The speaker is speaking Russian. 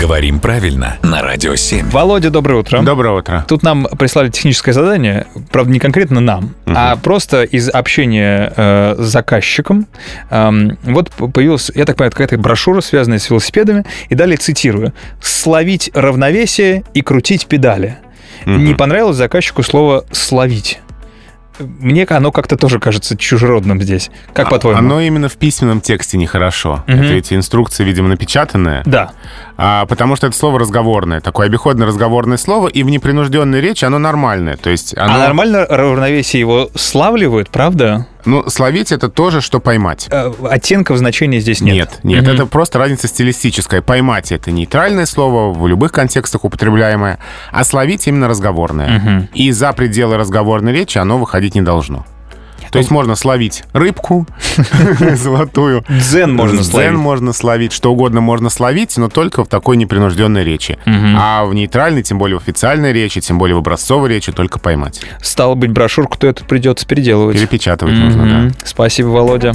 Говорим правильно на Радио 7. Володя, доброе утро. Доброе утро. Тут нам прислали техническое задание, правда, не конкретно нам, а просто из общения э, с заказчиком. Эм, вот п- появилась, я так понимаю, какая-то брошюра, связанная с велосипедами, и далее цитирую. «Словить равновесие и крутить педали». Не понравилось заказчику слово «словить». Мне оно как-то тоже кажется чужеродным здесь. Как по-твоему? А, Оно именно в письменном тексте нехорошо. Мгм. Это эти инструкции, видимо, напечатанные. Да. А, потому что это слово разговорное, такое обиходно-разговорное слово, и в непринужденной речи оно нормальное. То есть оно... А нормально равновесие его славливают, правда? Ну, словить это тоже, что поймать. Э, Оттенков значения здесь нет. Нет, нет, это просто разница стилистическая. Поймать это нейтральное слово, в любых контекстах употребляемое, а словить именно разговорное. И за пределы разговорной речи оно выходить не должно. То есть можно словить рыбку золотую. Дзен можно Дзен словить. можно словить, что угодно можно словить, но только в такой непринужденной речи. А в нейтральной, тем более в официальной речи, тем более в образцовой речи, только поймать. Стало быть, брошюрку то это придется переделывать. Перепечатывать нужно, да. Мгм. Спасибо, Володя.